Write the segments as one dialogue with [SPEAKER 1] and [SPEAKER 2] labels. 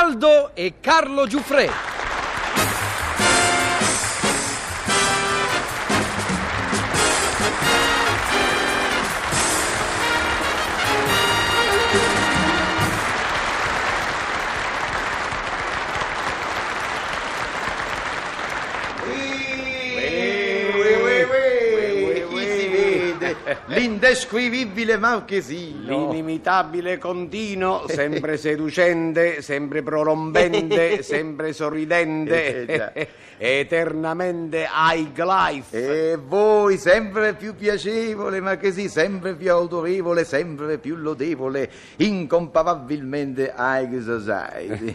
[SPEAKER 1] Aldo e Carlo Giuffre.
[SPEAKER 2] Chi si vede? L'indescrivibile Marchesino.
[SPEAKER 3] L'inimitabile Contino, sempre seducente, sempre prorompente, sempre
[SPEAKER 2] Eh, già.
[SPEAKER 3] sorridente, eternamente high life.
[SPEAKER 2] E voi sempre più piacevole, Marchesì, sempre più autorevole, sempre più lodevole, incomparabilmente high society.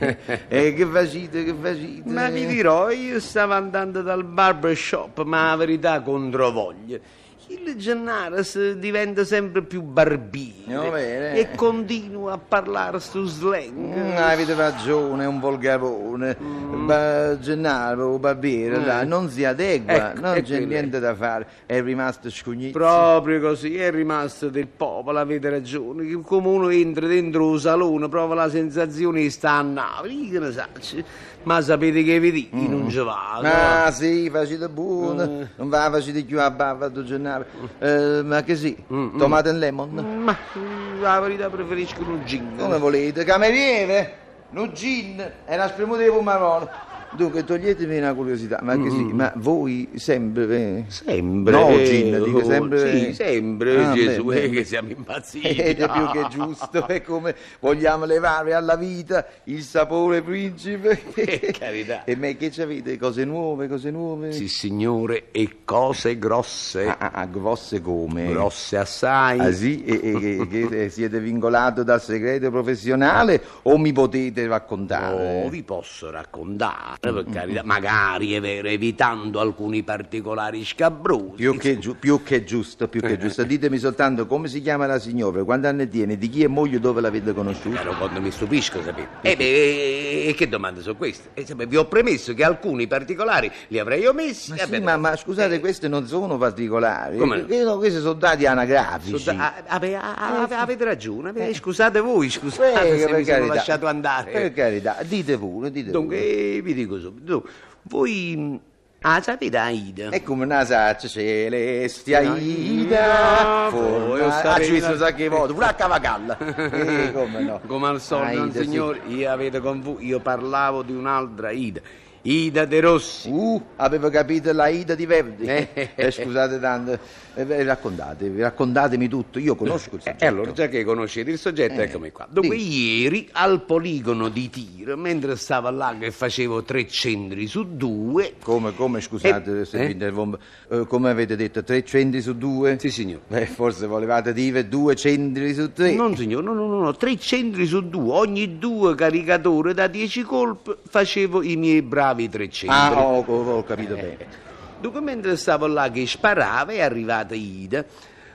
[SPEAKER 2] e che facite, che facite?
[SPEAKER 3] Ma vi dirò, io stavo andando dal barbershop, ma la verità controvoglia. Il Gennaras diventa sempre più
[SPEAKER 2] Va
[SPEAKER 3] barbile
[SPEAKER 2] bene.
[SPEAKER 3] e continua a parlare su slang.
[SPEAKER 2] Mm, avete ragione, è un volgarone.
[SPEAKER 3] Mm.
[SPEAKER 2] Ba- Gennaro, Barbiere, dai, non si adegua,
[SPEAKER 3] Ecco,
[SPEAKER 2] non
[SPEAKER 3] è
[SPEAKER 2] c'è
[SPEAKER 3] quello.
[SPEAKER 2] niente da fare. È rimasto scugnizzo.
[SPEAKER 3] Proprio così, è rimasto del popolo, avete ragione, che come uno entra dentro un salone prova la sensazione di sta a Napoli, che ne sacci, ma sapete che vi dico,
[SPEAKER 2] Mm.
[SPEAKER 3] non ci vado.
[SPEAKER 2] Ma sì, facete buono,
[SPEAKER 3] Eh.
[SPEAKER 2] non va facete più a barba do Gennaro.
[SPEAKER 3] Mm.
[SPEAKER 2] Eh, ma che sì, tomate and lemon.
[SPEAKER 3] Ma mm, la verità preferisco un
[SPEAKER 2] Come
[SPEAKER 3] jingle.
[SPEAKER 2] volete, cameriere, no gin e una spremuta di pomarone. Dunque, toglietemi una curiosità, ma che
[SPEAKER 3] Mm,
[SPEAKER 2] sì, ma voi sempre... eh,
[SPEAKER 3] Sempre.
[SPEAKER 2] No,
[SPEAKER 3] eh,
[SPEAKER 2] Gin, dico
[SPEAKER 3] oh,
[SPEAKER 2] sempre-
[SPEAKER 3] Sì, sempre,
[SPEAKER 2] Ah,
[SPEAKER 3] Gesù,
[SPEAKER 2] beh,
[SPEAKER 3] eh,
[SPEAKER 2] beh.
[SPEAKER 3] che siamo impazziti.
[SPEAKER 2] Ed è più che giusto, è come vogliamo levare alla vita il sapore principe.
[SPEAKER 3] Che carità.
[SPEAKER 2] E me che ci avete? Cose nuove, cose nuove?
[SPEAKER 3] Sì, signore, e cose grosse,
[SPEAKER 2] Ah, ah, ah, grosse come?
[SPEAKER 3] grosse assai.
[SPEAKER 2] Ah sì? E, e- e- che siete vincolato dal segreto professionale o mi potete raccontare?
[SPEAKER 3] No, vi posso raccontare, per carità, magari è vero, evitando alcuni particolari scabrosi.
[SPEAKER 2] Più che, giu- più che giusto, più che giusto. Ditemi soltanto come si chiama la signora, quanti anni tiene, di chi è moglie, dove l'avete conosciuta?
[SPEAKER 3] Caro, quando mi stupisco, sapete. E beh, e che domande sono queste? Eh, sapete, vi ho premesso che alcuni particolari li avrei omessi.
[SPEAKER 2] Ma,
[SPEAKER 3] eh,
[SPEAKER 2] sì,
[SPEAKER 3] beh,
[SPEAKER 2] ma- ma scusate, queste non sono particolari.
[SPEAKER 3] Come no?
[SPEAKER 2] Eh, no, questi sono dati anagrafici.
[SPEAKER 3] scusa- ah, ah, beh, ah, ah, avete ragione, avete- scusate voi,
[SPEAKER 2] Eh,
[SPEAKER 3] scusate se
[SPEAKER 2] per
[SPEAKER 3] mi sono
[SPEAKER 2] carità. Eh,
[SPEAKER 3] lasciato andare.
[SPEAKER 2] Per carità, dite pure, dite pure.
[SPEAKER 3] Dunque, eh, vi dico subito, dunque, voi mh, ah, sapete Aida?
[SPEAKER 2] È come una saccia celestia
[SPEAKER 3] Ida,
[SPEAKER 2] Ida
[SPEAKER 3] voi
[SPEAKER 2] fuori-
[SPEAKER 3] lo
[SPEAKER 2] Ah,
[SPEAKER 3] sapete.
[SPEAKER 2] ci visto sa che voto, pure a cavacalla Eh, come no
[SPEAKER 3] Come al solito,
[SPEAKER 2] Aida, sì.
[SPEAKER 3] signore, io avete confuso, io parlavo di un'altra Ida, Ida De Rossi.
[SPEAKER 2] Uh, avevo capito la Ida di Verdi
[SPEAKER 3] Eh.
[SPEAKER 2] Eh, Scusate tanto Eh, beh, Raccontatevi, raccontatemi tutto Io conosco il
[SPEAKER 3] E
[SPEAKER 2] soggetto
[SPEAKER 3] allora, già che conoscete il soggetto,
[SPEAKER 2] Eh,
[SPEAKER 3] eccomi qua. Dunque, ieri al poligono di tiro, mentre stavo là che facevo tre centri su due.
[SPEAKER 2] Come, come, scusate
[SPEAKER 3] Eh,
[SPEAKER 2] se
[SPEAKER 3] eh?
[SPEAKER 2] vi interrompo Eh, Come avete detto, tre centri su due?
[SPEAKER 3] Sì, signore.
[SPEAKER 2] Beh, forse volevate dire due centri su tre
[SPEAKER 3] Non, signore, no, no, no, no, tre centri su due, ogni due caricatore da dieci colpi facevo i miei bravi tre centri.
[SPEAKER 2] Ah, ho, ho- ho capito bene
[SPEAKER 3] Eh. Dunque, mentre stavo là che sparava, è arrivata Ida.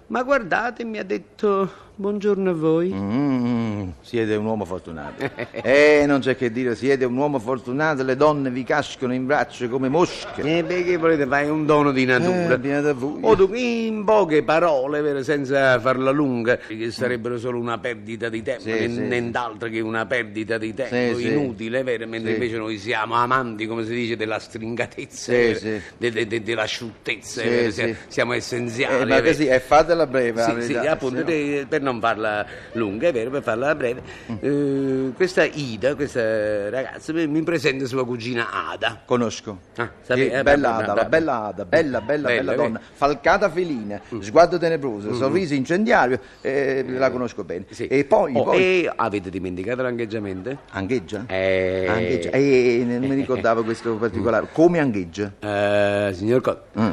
[SPEAKER 3] Ma guardate, mi ha detto: Buongiorno a voi.
[SPEAKER 2] Mm, siete un uomo fortunato. Eh, non c'è che dire, siete un uomo fortunato, le donne vi cascano in braccio come mosche.
[SPEAKER 3] E perché volete fare un dono di natura?
[SPEAKER 2] Eh, beata voi.
[SPEAKER 3] O dunque, in poche parole, vero, senza farla lunga, che sarebbero solo una perdita di tempo,
[SPEAKER 2] Sì,
[SPEAKER 3] né-
[SPEAKER 2] sì.
[SPEAKER 3] nient'altro che una perdita di tempo
[SPEAKER 2] Sì, sì.
[SPEAKER 3] inutile, vero? Mentre
[SPEAKER 2] Sì.
[SPEAKER 3] invece noi siamo amanti, come si dice, della stringatezza,
[SPEAKER 2] Sì,
[SPEAKER 3] vero?
[SPEAKER 2] sì.
[SPEAKER 3] de- de- de- della asciuttezza,
[SPEAKER 2] Sì,
[SPEAKER 3] vero?
[SPEAKER 2] sì.
[SPEAKER 3] Siamo- siamo essenziali.
[SPEAKER 2] Eh, ma
[SPEAKER 3] vero?
[SPEAKER 2] così, e fatela breve. la
[SPEAKER 3] Sì, sì,
[SPEAKER 2] verità,
[SPEAKER 3] appunto,
[SPEAKER 2] se no-
[SPEAKER 3] eh, per non farla lunga, è vero, per farla breve,
[SPEAKER 2] Mm.
[SPEAKER 3] eh, questa Ida, questa ragazza, mi mi presenta sua cugina Ada.
[SPEAKER 2] Conosco.
[SPEAKER 3] Ah, sapete,
[SPEAKER 2] Sì,
[SPEAKER 3] eh,
[SPEAKER 2] bella
[SPEAKER 3] bra-
[SPEAKER 2] Ada,
[SPEAKER 3] bra-
[SPEAKER 2] la bella Ada, bella, bella,
[SPEAKER 3] Bella, Mm.
[SPEAKER 2] bella,
[SPEAKER 3] eh.
[SPEAKER 2] donna, falcata felina, sguardo tenebroso, sorriso incendiario, eh, la conosco bene.
[SPEAKER 3] Sì.
[SPEAKER 2] E poi,
[SPEAKER 3] Oh,
[SPEAKER 2] poi
[SPEAKER 3] e avete dimenticato l'angheggiamento?
[SPEAKER 2] angheggia?
[SPEAKER 3] Eh.
[SPEAKER 2] Angheggia. Eh, non mi ricordavo questo particolare. Come angheggia?
[SPEAKER 3] Eh, signor Cotto,
[SPEAKER 2] Mm.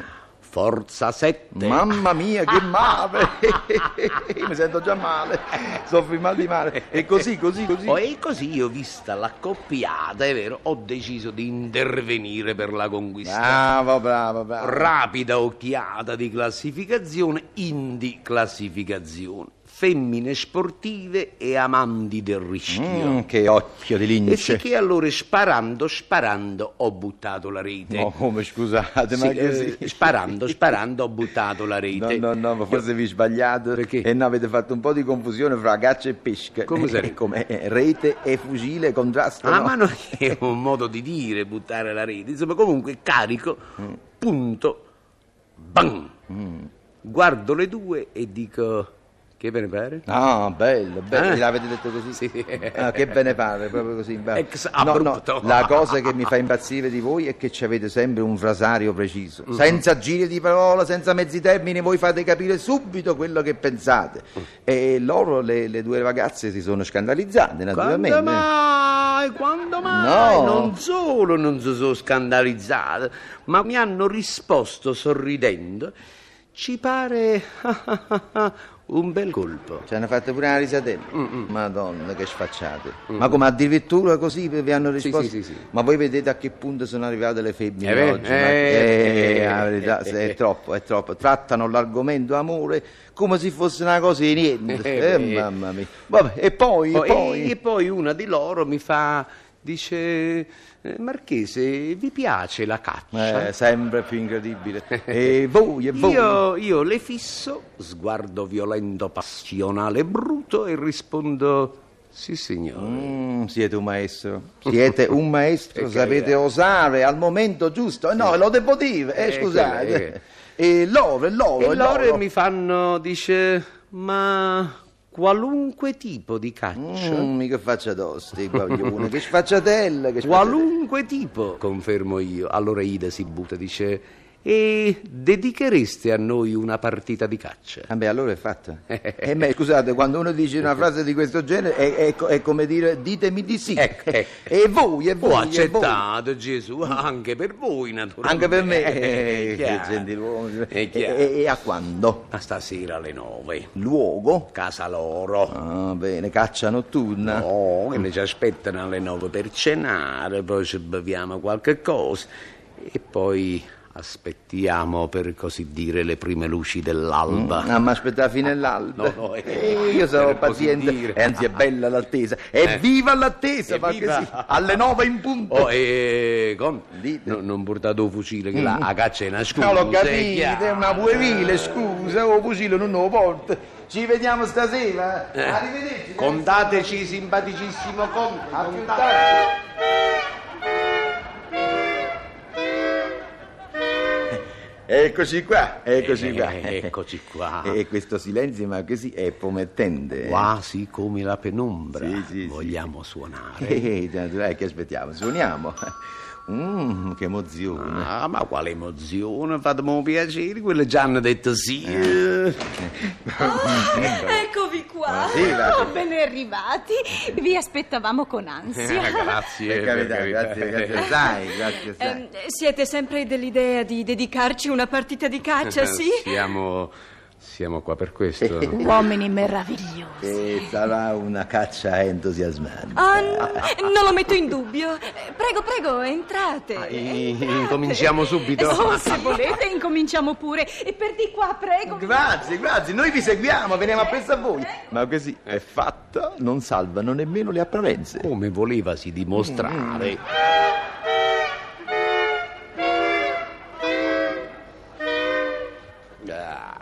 [SPEAKER 3] Forza 7.
[SPEAKER 2] Mamma mia, che male! Mi sento già male, soffro mal di male. E così, così, così.
[SPEAKER 3] Oh, e così io, vista l'accoppiata, è vero, ho deciso di intervenire per la
[SPEAKER 2] Ah.
[SPEAKER 3] conquista.
[SPEAKER 2] Bravo, bravo, bravo.
[SPEAKER 3] Rapida occhiata di classificazione, indi classificazione. femmine sportive e amanti del rischio.
[SPEAKER 2] Mm, che occhio di
[SPEAKER 3] E
[SPEAKER 2] lince.
[SPEAKER 3] sicché allora sparando, sparando ho buttato la rete.
[SPEAKER 2] No, Oh, come scusate, ma
[SPEAKER 3] Sì,
[SPEAKER 2] così.
[SPEAKER 3] eh, sparando, sparando ho buttato la rete.
[SPEAKER 2] No, no, no, ma forse vi sbagliate
[SPEAKER 3] Perché?
[SPEAKER 2] E no, avete fatto un po' di confusione fra caccia e pesca.
[SPEAKER 3] Come sarebbe?
[SPEAKER 2] Come eh, rete e fucile contrastano.
[SPEAKER 3] Ah, ma non è un modo di dire buttare la rete. Insomma, comunque carico,
[SPEAKER 2] Mm.
[SPEAKER 3] punto, bam. Guardo le due e dico, che ve ne pare?
[SPEAKER 2] Ah, bello, bello,
[SPEAKER 3] Eh?
[SPEAKER 2] l'avete detto così?
[SPEAKER 3] Sì, sì.
[SPEAKER 2] Ah, che ve ne pare, proprio così. in ba-
[SPEAKER 3] Ex
[SPEAKER 2] no, no,
[SPEAKER 3] abrupto.
[SPEAKER 2] la cosa che mi fa impazzire di voi è che ci avete sempre un frasario preciso. Senza giri di parola, senza mezzi termini, voi fate capire subito quello che pensate.
[SPEAKER 3] Mm.
[SPEAKER 2] E loro, le, le due ragazze, si sono scandalizzate, naturalmente.
[SPEAKER 3] Quando mai? Quando mai?
[SPEAKER 2] No.
[SPEAKER 3] Non solo non si sono scandalizzata, ma mi hanno risposto sorridendo. Ci pare un bel colpo.
[SPEAKER 2] Ci hanno fatto pure una risatella.
[SPEAKER 3] Mm,
[SPEAKER 2] Madonna, che sfacciate. Ma come addirittura così vi hanno risposto?
[SPEAKER 3] sì, sì, sì.
[SPEAKER 2] Ma voi vedete a che punto sono arrivate le femmine
[SPEAKER 3] Eh beh,
[SPEAKER 2] oggi?
[SPEAKER 3] eh,
[SPEAKER 2] ma- eh,
[SPEAKER 3] eh,
[SPEAKER 2] la verità,
[SPEAKER 3] eh,
[SPEAKER 2] se- è
[SPEAKER 3] eh.
[SPEAKER 2] troppo, è troppo. Trattano l'argomento amore come se fosse una cosa di niente.
[SPEAKER 3] Eh,
[SPEAKER 2] Eh,
[SPEAKER 3] beh.
[SPEAKER 2] mamma mia. Vabbè, e poi,
[SPEAKER 3] Oh,
[SPEAKER 2] e
[SPEAKER 3] e,
[SPEAKER 2] poi.
[SPEAKER 3] e poi una di loro mi fa, dice, "Eh, Marchese, vi piace la caccia?
[SPEAKER 2] Eh, sempre più incredibile. E voi, e voi.
[SPEAKER 3] Io, io le fisso, sguardo violento, passionale, bruto e rispondo, sì signore.
[SPEAKER 2] Mm, siete un maestro, siete un maestro,
[SPEAKER 3] Che
[SPEAKER 2] sapete
[SPEAKER 3] carità.
[SPEAKER 2] osare al momento giusto. Eh, no, lo devo dire, eh,
[SPEAKER 3] Eh,
[SPEAKER 2] scusate.
[SPEAKER 3] quella, eh.
[SPEAKER 2] E loro, e loro,
[SPEAKER 3] E loro
[SPEAKER 2] loro.
[SPEAKER 3] mi fanno, dice, ma qualunque tipo di caccia,
[SPEAKER 2] Mm, mica faccia tosti, guaglione, che sfacciatella, che sfacciatella.
[SPEAKER 3] qualunque tipo, confermo io. Allora Ida si butta, dice, e dedichereste a noi una partita di caccia?
[SPEAKER 2] Vabbè, Ah, allora è fatta. Eh, ma scusate, quando uno dice una frase di questo genere è, è co- è come dire ditemi di sì.
[SPEAKER 3] Ecco, ecco.
[SPEAKER 2] E voi, e voi,
[SPEAKER 3] Ho
[SPEAKER 2] e voi.
[SPEAKER 3] accettato Gesù, anche per voi naturalmente.
[SPEAKER 2] Anche per me,
[SPEAKER 3] Eh,
[SPEAKER 2] Eh,
[SPEAKER 3] è
[SPEAKER 2] che
[SPEAKER 3] chiaro.
[SPEAKER 2] gentiluomo.
[SPEAKER 3] È chiaro.
[SPEAKER 2] E- e- e a quando?
[SPEAKER 3] Ma stasera alle nove,
[SPEAKER 2] Luogo?
[SPEAKER 3] casa loro.
[SPEAKER 2] Ah, bene, caccia notturna.
[SPEAKER 3] No, Oh, che ne ci aspettano alle nove per cenare, poi ci beviamo qualche cosa e poi aspettiamo, per così dire, le prime luci dell'alba.
[SPEAKER 2] Ah, ma aspetta fino all'alba.
[SPEAKER 3] No, no, eh,
[SPEAKER 2] Eh, io sono
[SPEAKER 3] per così
[SPEAKER 2] paziente.
[SPEAKER 3] dire. Eh.
[SPEAKER 2] E anzi, è bella l'attesa. Evviva l'attesa! ma
[SPEAKER 3] Evviva!
[SPEAKER 2] che sì, Alle nove in punto.
[SPEAKER 3] Oh, e con...
[SPEAKER 2] Dite.
[SPEAKER 3] no, non portate un fucile, che la, la caccia è una scusa.
[SPEAKER 2] Mm. No, l'ho
[SPEAKER 3] è
[SPEAKER 2] capito,
[SPEAKER 3] chiaro.
[SPEAKER 2] è una puerile, scusa, o fucile non lo porto. Ci vediamo stasera. eh.
[SPEAKER 3] Eh.
[SPEAKER 2] Arrivederci.
[SPEAKER 3] Contateci, simpaticissimo conte.
[SPEAKER 2] A più tardi. Eccoci qua, eccoci qua.
[SPEAKER 3] Eh, ah. eccoci qua.
[SPEAKER 2] E questo silenzio, ma così è promettente.
[SPEAKER 3] Quasi come la penombra.
[SPEAKER 2] Sì, sì, sì.
[SPEAKER 3] Vogliamo suonare.
[SPEAKER 2] Eh, naturale, che aspettiamo? Suoniamo. Mm, che emozione.
[SPEAKER 3] Ah, ma quale emozione, fatemi un piacere, quelle già hanno detto sì.
[SPEAKER 2] Eh.
[SPEAKER 4] Ah, eccovi qua.
[SPEAKER 2] Buonasera.
[SPEAKER 4] Oh, ben arrivati. Vi aspettavamo con ansia.
[SPEAKER 3] Eh, grazie,
[SPEAKER 2] Per carità,
[SPEAKER 3] per
[SPEAKER 2] grazie, grazie, sai, grazie, sai.
[SPEAKER 4] Ehm, siete sempre dell'idea di dedicarci una partita di
[SPEAKER 3] Eh,
[SPEAKER 4] caccia, Cioè, sì?
[SPEAKER 3] Siamo, siamo qua per questo.
[SPEAKER 4] Uomini meravigliosi.
[SPEAKER 2] Eh, sarà una caccia entusiasmante.
[SPEAKER 4] Ah, n- non lo metto in dubbio. Eh, Prego, prego, entrate.
[SPEAKER 3] eh, incominciamo subito?
[SPEAKER 4] Oh, se volete, incominciamo pure. E per di qua, prego.
[SPEAKER 2] Grazie, grazie, noi vi seguiamo, veniamo appresso a voi. Ma così è fatta, non salvano nemmeno le apparenze.
[SPEAKER 3] Come volevasi dimostrare. Ah,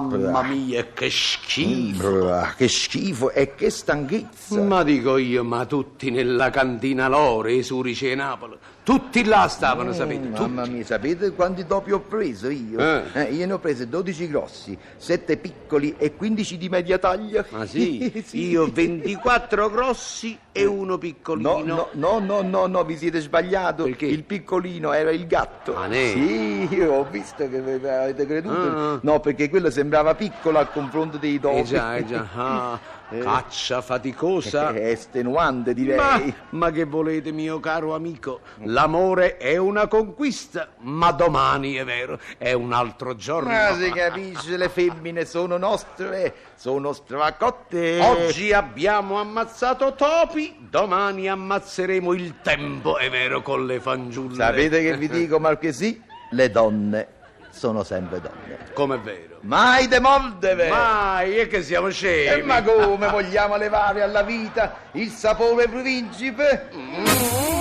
[SPEAKER 2] Mm.
[SPEAKER 3] mamma mia, che schifo!
[SPEAKER 2] Brr, Che schifo e che stanchezza.
[SPEAKER 3] Ma dico io, ma tutti nella cantina Lore, i surici e Napoli, tutti là stavano, sapete? Tutti.
[SPEAKER 2] Mm, Mamma mia, sapete quanti doppi ho preso io?
[SPEAKER 3] Eh.
[SPEAKER 2] Eh, io ne ho presi 12 grossi, 7 piccoli e 15 di media taglia.
[SPEAKER 3] Ma sì, io 24 grossi e uno
[SPEAKER 2] No,
[SPEAKER 3] piccolino.
[SPEAKER 2] no, no, no, no, no, vi siete sbagliato.
[SPEAKER 3] Perché?
[SPEAKER 2] Il piccolino era il gatto.
[SPEAKER 3] Ah, ne?
[SPEAKER 2] sì, io ho visto che ve- ve avete creduto.
[SPEAKER 3] Ah.
[SPEAKER 2] No, perché quello sembrava piccolo al confronto dei doppi.
[SPEAKER 3] Eh già, eh già, ah, caccia faticosa.
[SPEAKER 2] È estenuante, direi.
[SPEAKER 3] Ma, ma che volete, mio caro amico? L'amore è una conquista, ma domani è vero, è un altro giorno.
[SPEAKER 2] Ma si capisce, le femmine sono nostre, sono stracotte.
[SPEAKER 3] Oggi abbiamo ammazzato topi, domani ammazzeremo il tempo, è vero, con le fangiulle.
[SPEAKER 2] Sapete che vi dico, Marchesì? Le donne sono sempre donne.
[SPEAKER 3] Come è vero.
[SPEAKER 2] Mai Eh, demoldeve!
[SPEAKER 3] Ma è che siamo
[SPEAKER 2] E
[SPEAKER 3] scemi.
[SPEAKER 2] ma come vogliamo levare alla vita il sapore principe?